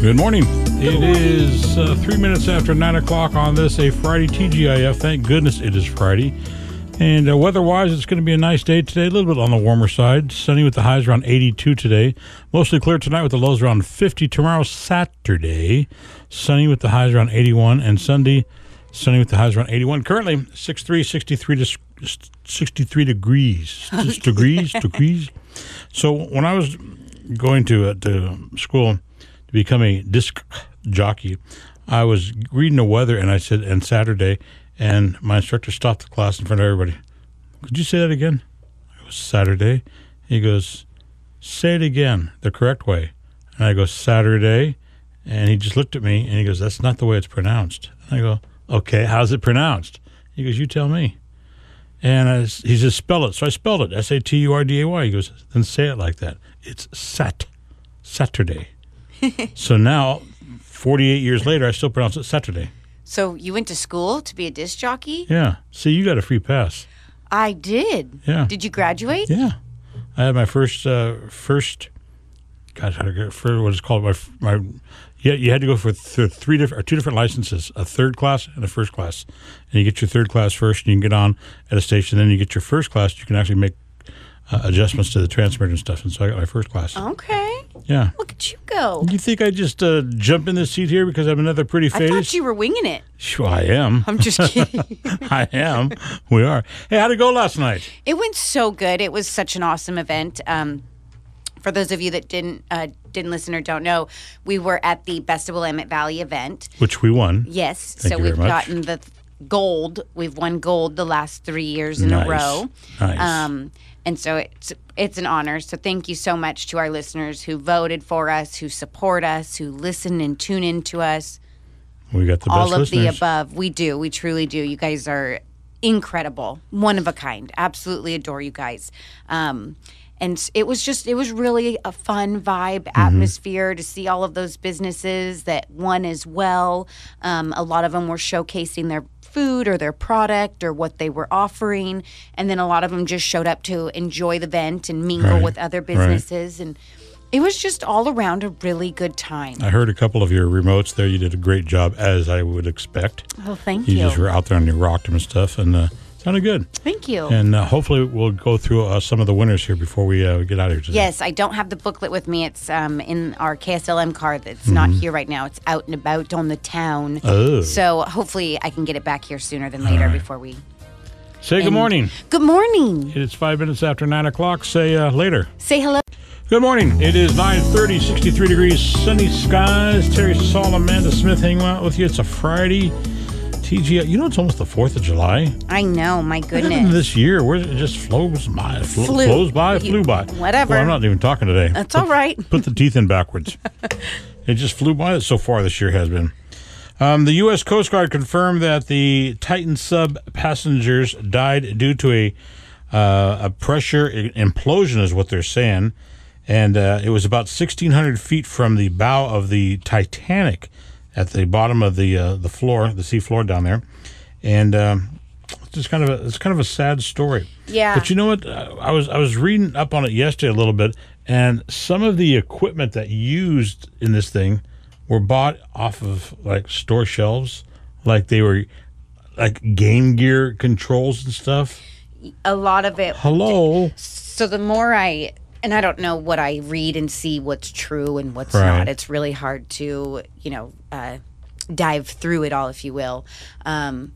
Good morning. It is uh, three minutes after nine o'clock on this a Friday TGIF. Thank goodness it is Friday. And uh, weather-wise, it's going to be a nice day today. A little bit on the warmer side, sunny with the highs around 82 today. Mostly clear tonight with the lows around 50. Tomorrow, Saturday, sunny with the highs around 81, and Sunday, sunny with the highs around 81. Currently, 63, 63 to 63 degrees, Just degrees, degrees. So when I was going to uh, to school to become a disc jockey, I was reading the weather and I said, and Saturday, and my instructor stopped the class in front of everybody. Could you say that again? It was Saturday. He goes, say it again the correct way. And I go, Saturday. And he just looked at me and he goes, that's not the way it's pronounced. And I go, okay, how's it pronounced? He goes, you tell me. And I, s- he says, spell it. So I spelled it S A T U R D A Y. He goes, then say it like that. It's Sat, Saturday. so now, 48 years later, I still pronounce it Saturday. So you went to school to be a disc jockey? Yeah. See, you got a free pass. I did. Yeah. Did you graduate? Yeah. I had my first, uh, first, God, I forget for what it's called. My, f- my, yeah, you had to go for th- three different, or two different licenses, a third class and a first class. And you get your third class first and you can get on at a station. Then you get your first class, you can actually make uh, adjustments to the transmitter and stuff. And so I got my first class. Oh. Okay. Yeah. Look at you go. You think I just uh, jump in this seat here because I'm another pretty I face? thought you were winging it. Sure, I am. I'm just kidding. I am. We are. Hey, how'd it go last night? It went so good. It was such an awesome event. Um, for those of you that didn't uh, didn't listen or don't know, we were at the Festival Emmett Valley event. Which we won. Yes, Thank so you we've very much. gotten the th- gold. We've won gold the last three years in Nice. a row. Nice. Um, and so it's it's an honor. So thank you so much to our listeners who voted for us, who support us, who listen and tune in to us. we got the all best of the listeners. above. We do. We truly do. You guys are incredible, one of a kind. Absolutely adore you guys. Um, and s- it was just, it was really a fun vibe Mm-hmm. atmosphere to see all of those businesses that won as well. Um, a lot of them were showcasing their food or their product or what they were offering. And then a lot of them just showed up to enjoy the event and mingle Right. with other Right. businesses. And it was just all around a really good time. I heard a couple of your remotes there. You did a great job, as I would expect. Oh, thank You you. just were out there and you rocked them and stuff, and uh, sounded good. Thank you. And uh, hopefully, we'll go through uh, some of the winners here before we uh, get out of here today. Yes, I don't have the booklet with me. It's um, in our KSLM car that's not here right now. It's out and about on the town. Mm-hmm. Oh. So hopefully I can get it back here sooner than later before we. Say good morning. Good morning. It's five minutes after nine o'clock. Say uh, later. Say hello. Good morning. It is 9.30, 63 degrees, sunny skies. Terry Saul, Amanda Smith hanging out with you. It's a Friday. TGI, you know it's almost the 4th of July. I know, my What happened goodness. this year? Where it just flows by, flo- Flew. flows by, You- flew by. whatever. Well, I'm not even talking today. That's all right. Put the teeth in backwards. it just flew by so far this year has been. Um, the U.S. Coast Guard confirmed that the Titan sub passengers died due to a uh, a pressure i- implosion, is what they're saying, and uh, it was about 1,600 feet from the bow of the Titanic, at the bottom of the uh, the floor, the sea floor down there, and um, it's just kind of a, it's kind of a sad story. Yeah. But you know what? I I was I was reading up on it yesterday a little bit, and some of the equipment that used in this thing were bought off of like store shelves, like they were like Game Gear controls and stuff. A lot of it. Hello. So the more I. And I don't know what I read and see what's true and what's Right. not. It's really hard to, you know, uh, dive through it all, if you will. Um,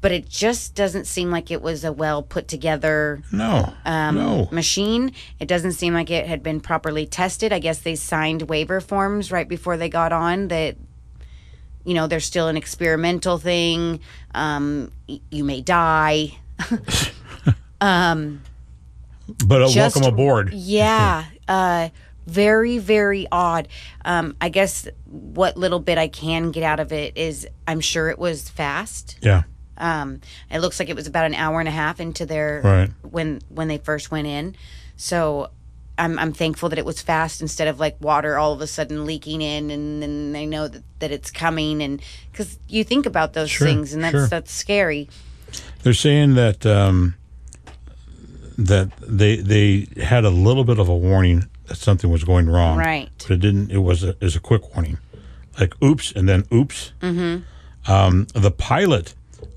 but it just doesn't seem like it was a well put together No. um, no. machine. It doesn't seem like it had been properly tested. I guess they signed waiver forms right before they got on that, you know, they're still an experimental thing. Um, y- you may die. But uh, just- welcome aboard. Yeah. Uh, very, very odd. Um, I guess what little bit I can get out of it is I'm sure it was fast. Yeah. Um, it looks like it was about an hour and a half into their Right. when when they first went in. So I'm I'm thankful that it was fast instead of like water all of a sudden leaking in, and then they know that, that it's coming, and because you think about those Sure, things, and that's sure. that's scary. They're saying that um, that they they had a little bit of a warning that something was going wrong. Right. But it didn't. It was a, it was a quick warning, like oops, and then oops. Mm-hmm. Um, the pilot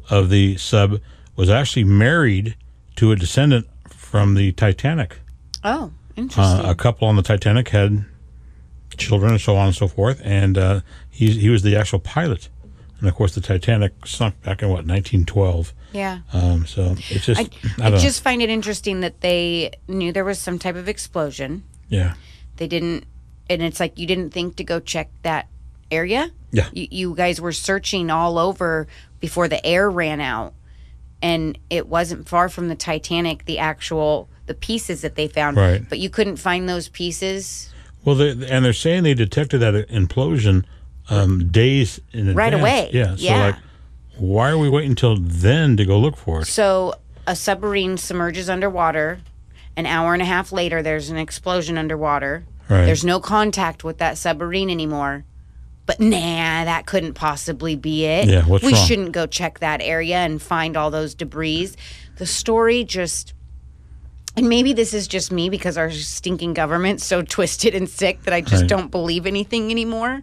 of the sub was actually married to a descendant from the Titanic. Oh, Uh, interesting. a couple on the Titanic had children and so on and so forth, and uh, he he was the actual pilot. And of course, the Titanic sunk back in what 1912. yeah. Um, so it's just I, I, don't I know. just find it interesting that they knew there was some type of explosion. yeah They didn't, and it's like you didn't think to go check that area. yeah You, you guys were searching all over before the air ran out, and it wasn't far from the Titanic. The actual the pieces that they found, Right. But you couldn't find those pieces Well, they, and they're saying they detected that implosion um, days in advance. Right away. Yeah. So Yeah. like, why are we waiting until then to go look for it? So a submarine submerges underwater. An hour and a half later, there's an explosion underwater. Right. There's no contact with that submarine anymore. But nah, that couldn't possibly be it. Yeah, what's we wrong? shouldn't go check that area and find all those debris. The story just, and maybe this is just me because our stinking government's so twisted and sick that I just Right. don't believe anything anymore.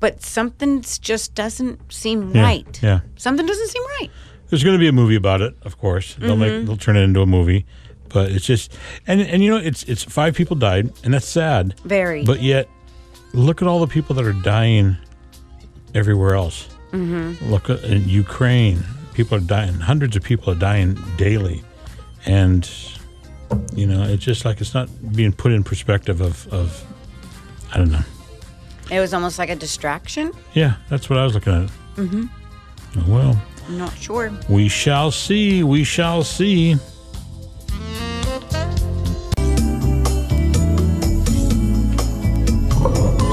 But something just doesn't seem Yeah, right. yeah. Something doesn't seem right. There's going to be a movie about it, of course. They'll Mm-hmm. make they'll turn it into a movie, but it's just and and you know it's it's five people died and that's sad. Very. But yet, look at all the people that are dying everywhere else. Mm-hmm. Look at in Ukraine, people are dying. Hundreds of people are dying daily, and you know it's just like it's not being put in perspective of of I don't know. It was almost like a distraction. Yeah, that's what I was looking at. Mm-hmm. Well, I'm not sure. we shall see. We shall see.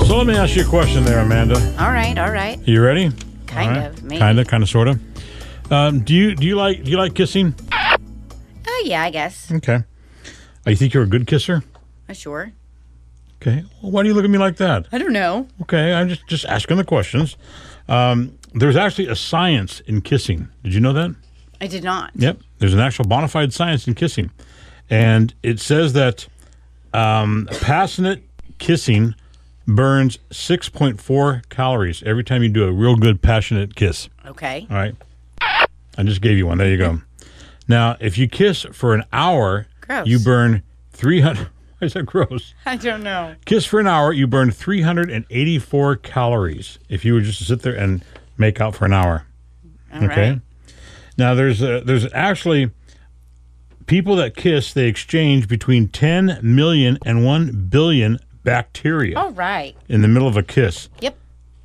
So let me ask you a question there, Amanda. All right, all right. You ready? Kind of, maybe. Kind of, kind of, sort of. Um, do you do you like do you like kissing? Oh, yeah, I guess. Okay. Oh, you think you're a good kisser? Uh, Sure. Okay. Well, why do you look at me like that? I don't know. Okay, I'm just just asking the questions. Um, there's actually a science in kissing. Did you know that? I did not. Yep. There's an actual bona fide science in kissing, and it says that um, passionate kissing burns 6.4 calories every time you do a real good passionate kiss. Okay. All right. I just gave you one. There you go. now, if you kiss for an hour, Gross. you burn 300. Why is that gross? I don't know. Kiss for an hour, you burn 384 calories if you were just to sit there and make out for an hour. All right. Okay. Now, there's uh there's actually people that kiss, they exchange between 10 million and 1 billion bacteria All right. in the middle of a kiss. Yep.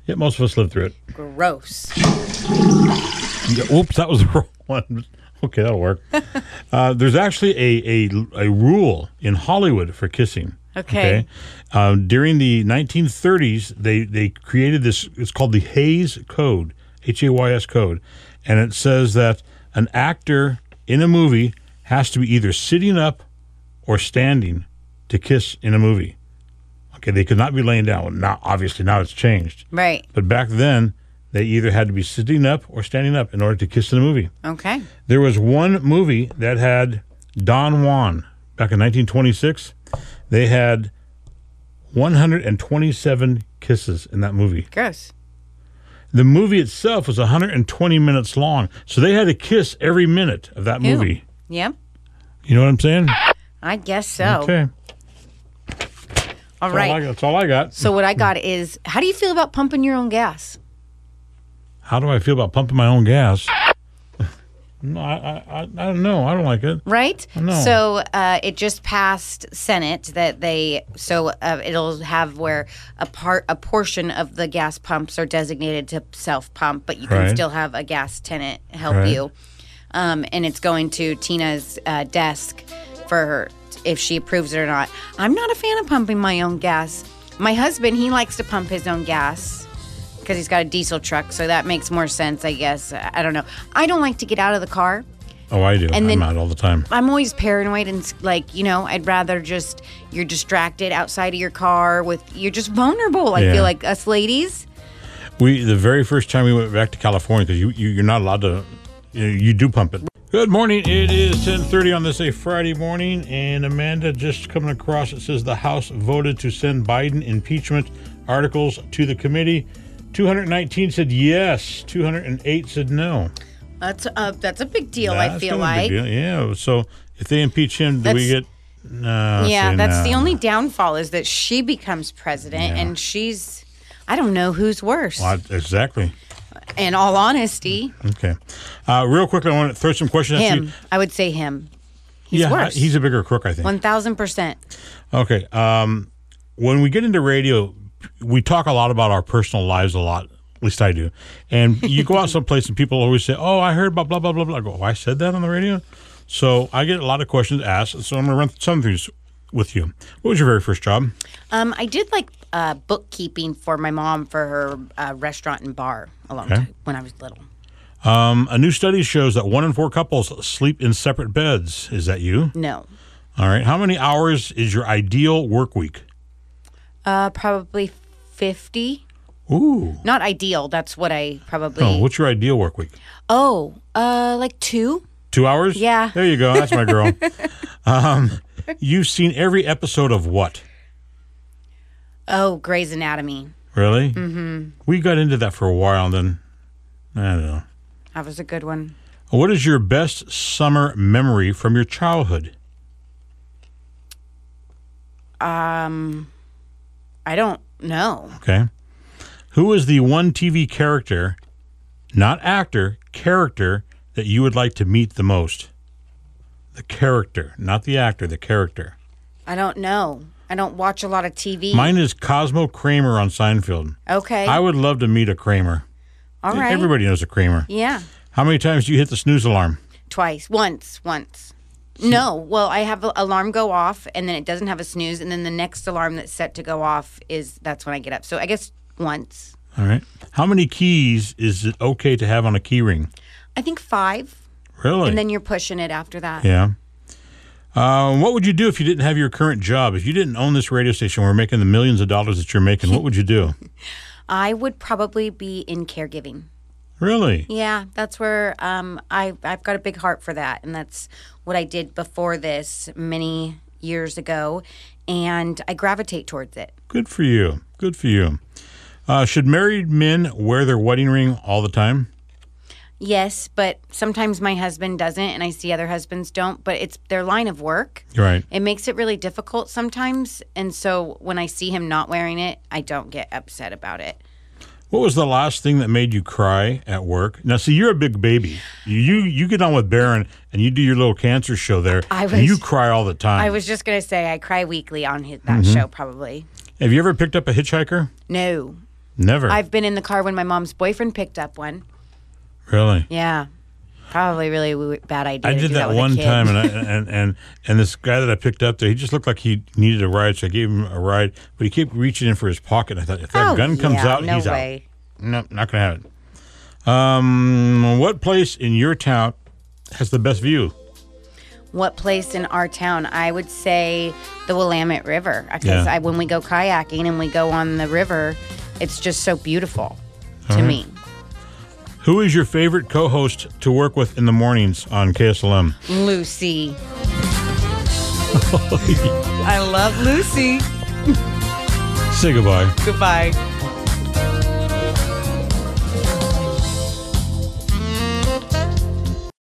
Yet most of us live through it. Gross. Yeah, Oops, that was the wrong one. Okay, that'll work. uh, there's actually a, a a rule in Hollywood for kissing. Okay. Um, during the 1930s, they they created this. It's called the Hayes Code, H A Y S Code, and it says that an actor in a movie has to be either sitting up or standing to kiss in a movie. Okay, they could not be laying down. Well, now, obviously, now it's changed. Right. But back then, they either had to be sitting up or standing up in order to kiss in a movie. Okay. There was one movie that had Don Juan back in 1926. They had 127 kisses in that movie. Gross. The movie itself was 120 minutes long, so they had to kiss every minute of that Ew. movie. Yep. You know what I'm saying? I guess so. Okay. That's, all All I Oh, right. got. That's all I got. So what I got is, how do you feel about pumping your own gas? How do I feel about pumping my own gas? No, I, I, I I don't know. I don't like it. Right. No. So uh, it just passed Senate that they so uh, it'll have where a part a portion of the gas pumps are designated to self pump, but you can Right. still have a gas tenant help Right. you. Um, and it's going to Tina's uh, desk for her if she approves it or not. I'm not a fan of pumping my own gas. My husband he likes to pump his own gas because he's got a diesel truck, so that makes more sense, I guess. I I don't know. I don't like to get out of the car. Oh, I do. I'm then- out all the time. I'm always paranoid and like you know I'd rather just you're distracted outside of your car with you're just vulnerable. I Yeah. feel like us ladies. We the very first time we went back to California because you, you you're not allowed to you, know, you do pump it. Good morning. It is 10:30 on this a Friday morning, and Amanda just coming across. It says the House voted to send Biden impeachment articles to the committee. 219 said yes. 208 said no. That's a that's a big Oh, deal. I That's feel kind of a like. big deal. yeah. So if they impeach him, do we get? That's- No. yeah, see, that's no. the only downfall is that she becomes president, and she's. I don't know who's worse. Well, exactly. In all honesty, Okay. Uh, real quickly, I want to throw some questions at you. him. I would say him. He's Mm. yeah, worse. he's a bigger crook, I think. one thousand percent. Okay. Um, when we get into radio, we talk a lot about our personal lives a lot. At least I do. And you go out someplace and people always say, "Oh, I heard about blah blah blah blah." I go, oh, "I said that on the radio." So I get a lot of questions asked. So I'm going to run some of these with you. What was your very first job? Um, I did like uh, bookkeeping for my mom for her uh, restaurant and bar a long time when I was little. Um, a new study shows that one in four couples sleep in separate beds. Is that you? No, All right. How many hours is your ideal work week? uh, probably fifty. Ooh. Not ideal. That's what I probably. Oh, what's your ideal work week? Oh, uh, like two. Two hours? Yeah. There you go. That's my girl. um, you've seen every episode of what? Oh, Grey's Anatomy. Really? Mm-hmm. We got into that for a while, and then I don't know. That was a good one. What is your best summer memory from your childhood? I don't know. Okay. Who is the one TV character, not actor, character that you would like to meet the most? The character, not the actor, the character. I don't know. I don't watch a lot of TV. Mine is Cosmo Kramer on Seinfeld. okay. I would love to meet a Kramer. All right. Everybody knows a Kramer. Yeah. How many times do you hit the snooze alarm? Twice. Once. Once. No. Well, I have an alarm go off and then it doesn't have a snooze and then the next alarm that's set to go off is that's when I get up. So I guess once. All right. How many keys is it okay to have on a key ring? I think five. Really? And then you're pushing it after that. yeah. Um, what would you do if you didn't have your current job? If you didn't own this radio station, we're making the millions of dollars that you're making. What would you do? I would probably be in caregiving. Really? Yeah, that's where um, I I've got a big heart for that, and that's what I did before this many years ago, and I gravitate towards it. Good for you. Good for you. Uh, should married men wear their wedding ring all the time? Yes, but sometimes my husband doesn't, and I see other husbands don't. But it's their line of work. You're right. It makes it really difficult sometimes, and so when I see him not wearing it, I don't get upset about it. What was the last thing that made you cry at work? Now, see, you're a big baby. You you, you get on with Baron and you do your little cancer show there. I and was- you cry all the time. I was just gonna say I cry weekly on his, that show probably. Have you ever picked up a hitchhiker? No, Never. I've been in the car when my mom's boyfriend picked up one. really. Yeah. Probably really w- bad idea. I to did do that, that, with a one kid. time, and, I, and and and this guy that I picked up there, he just looked like he needed a ride, so I gave him a ride. But he kept reaching in for his pocket. I thought if that Oh, gun comes yeah, out, no he's way. out. No, not gonna have it. Um, what place in your town has the best view? What place in our town? I would say the Willamette River because Yeah. I, when we go kayaking and we go on the river, it's just so beautiful to me. Who is your favorite co-host to work with in the mornings on KSLM? Lucy. I love Lucy. Say goodbye. Goodbye.